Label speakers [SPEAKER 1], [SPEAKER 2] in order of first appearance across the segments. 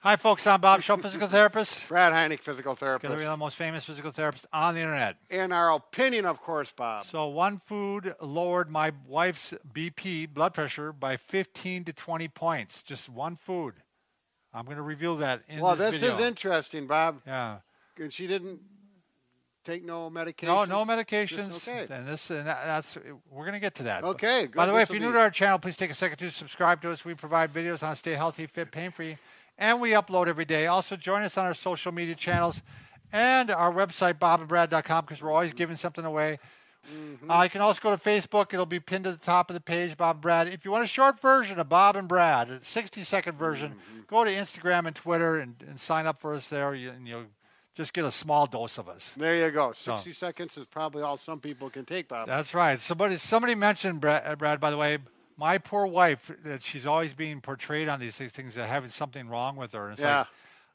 [SPEAKER 1] Hi, folks. I'm Bob Show, physical therapist.
[SPEAKER 2] Brad Heineck, physical therapist.
[SPEAKER 1] Because we're the most famous physical therapists on the internet.
[SPEAKER 2] In our opinion, of course, Bob.
[SPEAKER 1] So one food lowered my wife's BP blood pressure by 15 to 20 points. Just one food. I'm going to reveal that in
[SPEAKER 2] well,
[SPEAKER 1] this,
[SPEAKER 2] this
[SPEAKER 1] video.
[SPEAKER 2] is interesting, Bob.
[SPEAKER 1] yeah.
[SPEAKER 2] And she didn't take no medication.
[SPEAKER 1] No, no medications.
[SPEAKER 2] Just okay.
[SPEAKER 1] And this and that, that's we're going to get to that.
[SPEAKER 2] Okay,
[SPEAKER 1] By
[SPEAKER 2] good.
[SPEAKER 1] the way, if
[SPEAKER 2] This'll
[SPEAKER 1] you're new
[SPEAKER 2] be-
[SPEAKER 1] to our channel, please take a second to subscribe to us. We provide videos on how to stay healthy, fit, pain-free, and we upload every day. Also, join us on our social media channels and our website bobandbrad.com because we're always giving something away.
[SPEAKER 2] Mm-hmm.
[SPEAKER 1] Uh, you can also go to Facebook. It'll be pinned to the top of the page, Bob and Brad. If you want a short version of Bob and Brad, a 60 second version,
[SPEAKER 2] Mm-hmm.
[SPEAKER 1] go to Instagram and Twitter and, and sign up for us there, you, and you'll just get a small dose of us.
[SPEAKER 2] There you go. 60 seconds is probably all some people can take, Bob.
[SPEAKER 1] That's right. Somebody somebody mentioned Brad, uh, Brad by the way, my poor wife that she's always being portrayed on these things- things that having something wrong with her. And it's
[SPEAKER 2] Yeah.
[SPEAKER 1] like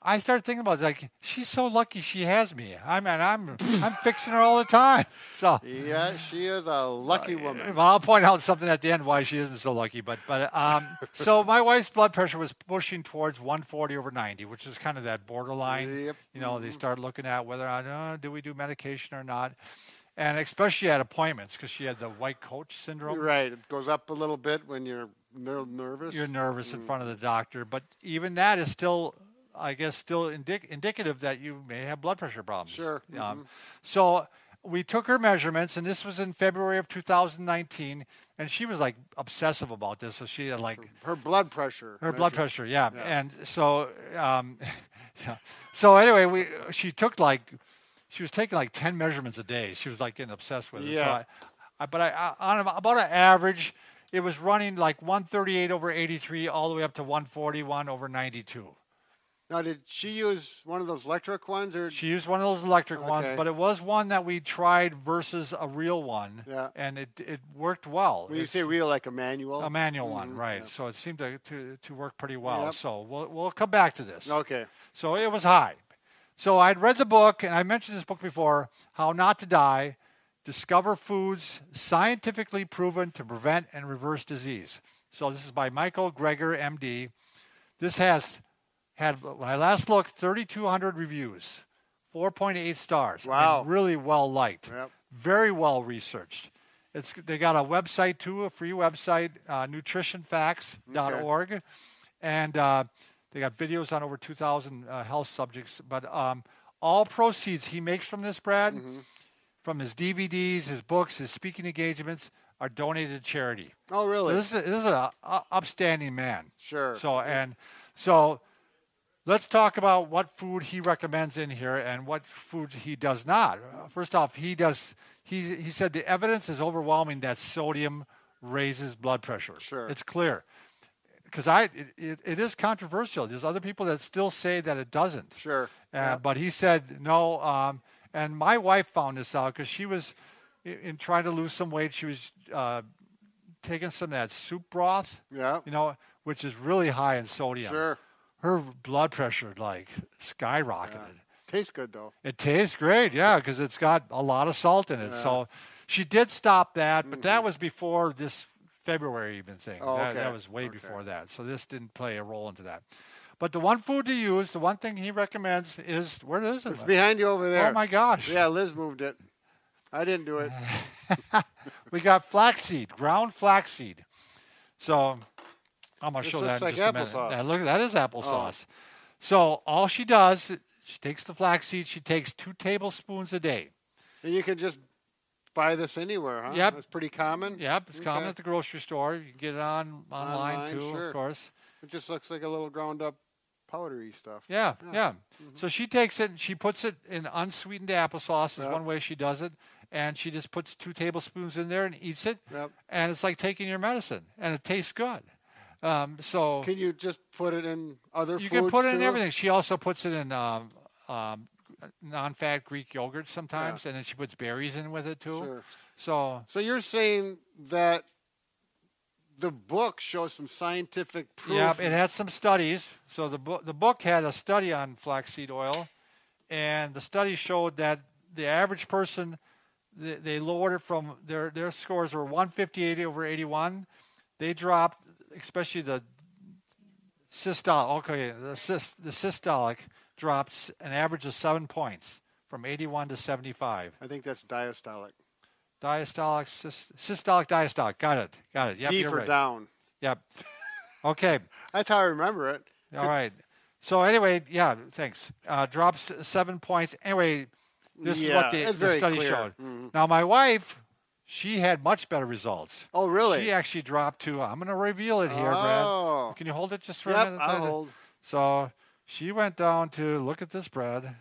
[SPEAKER 1] I started thinking about it, like she's so lucky she has me. I mean, I'm I'm fixing her all the time. So
[SPEAKER 2] yeah, she is a lucky woman.
[SPEAKER 1] well, I'll point out something at the end why she isn't so lucky. But but um, so my wife's blood pressure was pushing towards 140 over 90, which is kind of that borderline.
[SPEAKER 2] Yep. Mm-hmm.
[SPEAKER 1] You know, they start looking at whether or not uh, do we do medication or not, and especially at appointments because she had the white coach syndrome.
[SPEAKER 2] Right. It goes up a little bit when you're ner- nervous. Mm.
[SPEAKER 1] You're nervous in front of the doctor, but even that is still, I guess, still indic- indicative that you may have blood pressure problems.
[SPEAKER 2] Sure. mm-hmm.
[SPEAKER 1] Um, so we took her measurements, and this was in February of 2019, and she was like obsessive about this. So she had like
[SPEAKER 2] Her blood pressure.
[SPEAKER 1] her blood
[SPEAKER 2] measure-
[SPEAKER 1] pressure, yeah.
[SPEAKER 2] Yeah.
[SPEAKER 1] And so, um, yeah. So anyway, we she took like she was taking like ten measurements a day. She was like getting obsessed with it. So
[SPEAKER 2] Yeah.
[SPEAKER 1] I, I, but I, I on a- about an average, it was running like 138 over 83 all the way up to 141 over 92.
[SPEAKER 2] Now, did she use one of those electric ones? or
[SPEAKER 1] She used one of those electric ones,
[SPEAKER 2] Okay.
[SPEAKER 1] but it was one that we tried versus a real one,
[SPEAKER 2] Yeah.
[SPEAKER 1] and it it worked well.
[SPEAKER 2] When you
[SPEAKER 1] It's-
[SPEAKER 2] say real, like a manual?
[SPEAKER 1] a manual one,
[SPEAKER 2] Mhm,
[SPEAKER 1] right?
[SPEAKER 2] yeah.
[SPEAKER 1] So it seemed to, to, to work pretty well.
[SPEAKER 2] Yep.
[SPEAKER 1] So we'll, we'll come back to this.
[SPEAKER 2] Okay.
[SPEAKER 1] So it was high. So I'd read the book, and I mentioned this book before How Not to Die Discover Foods Scientifically Proven to Prevent and Reverse Disease. So this is by Michael Greger, MD. This has had, when I last looked, 3,200 reviews, 4.8 stars. and
[SPEAKER 2] Wow.
[SPEAKER 1] really well liked,
[SPEAKER 2] Yep.
[SPEAKER 1] very well researched. It's, they got a website too, a free website, uh,
[SPEAKER 2] Hmm.
[SPEAKER 1] nutritionfacts.org and uh, they got videos on over 2,000 uh, health subjects. But um, all proceeds he makes from this, Brad, from his DVDs, his books, his speaking engagements, are donated to charity.
[SPEAKER 2] Oh,
[SPEAKER 1] So
[SPEAKER 2] really?
[SPEAKER 1] this is this is an upstanding man.
[SPEAKER 2] Sure.
[SPEAKER 1] So and so, let's talk about what food he recommends in here and what food he does not. Uh, First off, he does. He he said the evidence is overwhelming that sodium raises blood pressure.
[SPEAKER 2] Sure.
[SPEAKER 1] it's clear. Because I, it, it, it is controversial. There's other people that still say that it doesn't.
[SPEAKER 2] Sure.
[SPEAKER 1] Uh, But he said no. Um, and my wife found this out because she was i- in trying to lose some weight. She was uh, taking some of that soup broth,
[SPEAKER 2] Yeah.
[SPEAKER 1] you know, which is really high in sodium.
[SPEAKER 2] Sure.
[SPEAKER 1] Her blood pressure like skyrocketed.
[SPEAKER 2] Tastes good, though.
[SPEAKER 1] It tastes great, yeah, because it's got a lot of salt in it. So she did stop that, but that was before this February even thing.
[SPEAKER 2] Mm-hmm. Oh,
[SPEAKER 1] that, that
[SPEAKER 2] okay.
[SPEAKER 1] was way
[SPEAKER 2] Okay.
[SPEAKER 1] before that. So this didn't play a role into that. But the one food to use, the one thing he recommends is where is it?
[SPEAKER 2] It's behind you over there.
[SPEAKER 1] Oh my gosh.
[SPEAKER 2] Yeah, Liz moved it. I didn't do it.
[SPEAKER 1] We got flaxseed, ground flaxseed. So I'm gonna
[SPEAKER 2] This
[SPEAKER 1] show
[SPEAKER 2] looks
[SPEAKER 1] that in
[SPEAKER 2] like
[SPEAKER 1] just a minute.
[SPEAKER 2] applesauce. Oh.
[SPEAKER 1] Yeah, look, that is applesauce. So all she does, she takes the flaxseed. She takes two tablespoons a day.
[SPEAKER 2] And you can just buy this anywhere, huh?
[SPEAKER 1] Yep.
[SPEAKER 2] It's pretty common.
[SPEAKER 1] Yep, it's common
[SPEAKER 2] Okay.
[SPEAKER 1] at the grocery store. You can get it on online,
[SPEAKER 2] Online,
[SPEAKER 1] too,
[SPEAKER 2] sure.
[SPEAKER 1] of course.
[SPEAKER 2] It just looks like a little ground up powdery stuff.
[SPEAKER 1] Yeah, yeah.
[SPEAKER 2] Mm-hmm.
[SPEAKER 1] So she takes it and she puts it in unsweetened applesauce. Is
[SPEAKER 2] Yep.
[SPEAKER 1] one way she does it, and she just puts two tablespoons in there and eats it.
[SPEAKER 2] Yep.
[SPEAKER 1] And it's like taking your medicine, and it tastes good. Um, so
[SPEAKER 2] Can you just put it in other
[SPEAKER 1] you
[SPEAKER 2] foods?
[SPEAKER 1] can put it in
[SPEAKER 2] too?
[SPEAKER 1] everything. She also puts it in um, um, non-fat Greek yogurt sometimes, and then she puts berries in with it too.
[SPEAKER 2] Sure.
[SPEAKER 1] So
[SPEAKER 2] So you're saying that the book shows some scientific proof.
[SPEAKER 1] yeah, it had some studies. So the book the book had a study on flaxseed oil, and the study showed that the average person they, they lowered it from their their scores were 158 over 81. They dropped, especially the systolic. Okay, the, syst- the systolic drops an average of seven points from 81 to 75.
[SPEAKER 2] I think that's diastolic.
[SPEAKER 1] Diastolic, syst- systolic, diastolic. Got it. Got it. Yep,
[SPEAKER 2] D
[SPEAKER 1] you're
[SPEAKER 2] for
[SPEAKER 1] right.
[SPEAKER 2] down.
[SPEAKER 1] Yep. Okay.
[SPEAKER 2] That's how I remember it.
[SPEAKER 1] All right. So anyway, yeah. Thanks. Uh, drops seven points. Anyway, this is
[SPEAKER 2] Yeah,
[SPEAKER 1] what the,
[SPEAKER 2] it's
[SPEAKER 1] the
[SPEAKER 2] very
[SPEAKER 1] study
[SPEAKER 2] clear.
[SPEAKER 1] showed.
[SPEAKER 2] Mhm.
[SPEAKER 1] Now my wife, she had much better results.
[SPEAKER 2] Oh, really?
[SPEAKER 1] She actually dropped to. I'm going to reveal it here,
[SPEAKER 2] Oh.
[SPEAKER 1] Brad. Can you hold it just for a
[SPEAKER 2] Yep,
[SPEAKER 1] minute?
[SPEAKER 2] I'll
[SPEAKER 1] Brad?
[SPEAKER 2] hold.
[SPEAKER 1] So she went down to look at this, Brad.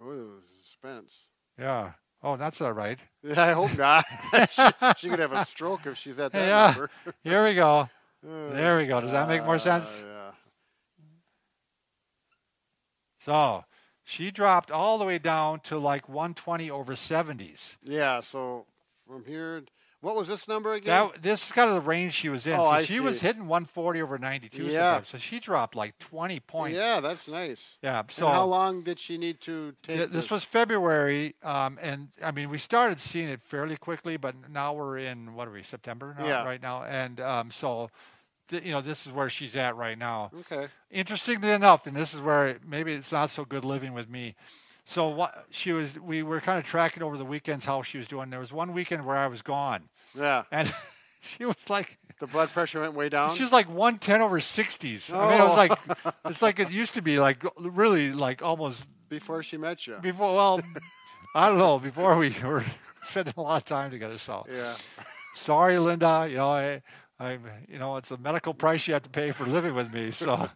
[SPEAKER 2] Ooh, suspense.
[SPEAKER 1] Yeah. Oh, that's not right.
[SPEAKER 2] I hope not. she, she could have a stroke if she's at that
[SPEAKER 1] Yeah.
[SPEAKER 2] number.
[SPEAKER 1] Here we go.
[SPEAKER 2] Uh,
[SPEAKER 1] There we go. Does that make more sense?
[SPEAKER 2] yeah.
[SPEAKER 1] So she dropped all the way down to like 120 over 70s.
[SPEAKER 2] Yeah, so from here, what was this number again?
[SPEAKER 1] That this is kind of the range she was in.
[SPEAKER 2] Oh,
[SPEAKER 1] so
[SPEAKER 2] I
[SPEAKER 1] she was
[SPEAKER 2] see.
[SPEAKER 1] hitting 140 over 92
[SPEAKER 2] Yeah.
[SPEAKER 1] sometimes. So she dropped like 20 points.
[SPEAKER 2] yeah, that's nice.
[SPEAKER 1] Yeah.
[SPEAKER 2] So how
[SPEAKER 1] So
[SPEAKER 2] long did she need to take?
[SPEAKER 1] th- this, was February, um, and I mean we started seeing it fairly quickly, but now we're in what are we September now,
[SPEAKER 2] Yeah.
[SPEAKER 1] right now, and um, so th- you know this is where she's at right now.
[SPEAKER 2] okay.
[SPEAKER 1] Interestingly enough, and this is where it- maybe it's not so good living with me. So what she was, we were kind of tracking over the weekends how she was doing. There was one weekend where I was gone,
[SPEAKER 2] Yeah,
[SPEAKER 1] and she was like.
[SPEAKER 2] the blood pressure went way down.
[SPEAKER 1] She was like 110 over 60s. I mean, it was
[SPEAKER 2] Oh.
[SPEAKER 1] like, it's like it used to be, like really, like almost
[SPEAKER 2] before she met you.
[SPEAKER 1] before. Well, I don't know. Before we were spending a lot of time together, so
[SPEAKER 2] yeah,
[SPEAKER 1] sorry, Linda. You know, I, I, you know, it's a medical price you have to pay for living with me. So,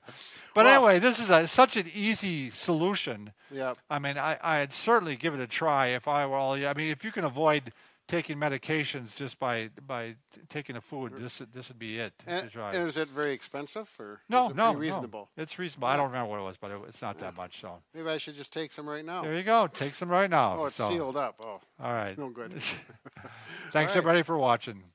[SPEAKER 1] but
[SPEAKER 2] Well-
[SPEAKER 1] anyway, this is a, such an easy solution.
[SPEAKER 2] yeah,
[SPEAKER 1] I mean, I, I'd certainly give it a try if I were all. I mean, if you can avoid taking medications just by by t- taking the food, this this would be it to
[SPEAKER 2] and,
[SPEAKER 1] try.
[SPEAKER 2] and is it very expensive or
[SPEAKER 1] No,
[SPEAKER 2] is it
[SPEAKER 1] no,
[SPEAKER 2] pretty reasonable?
[SPEAKER 1] No. It's reasonable. I don't remember what it was, but it, it's not that much. So
[SPEAKER 2] Maybe I should just take some right now.
[SPEAKER 1] there you go. Take some right now.
[SPEAKER 2] oh, it's
[SPEAKER 1] so,
[SPEAKER 2] sealed up. Oh,
[SPEAKER 1] All right.
[SPEAKER 2] no good.
[SPEAKER 1] Thanks
[SPEAKER 2] right.
[SPEAKER 1] everybody for watching.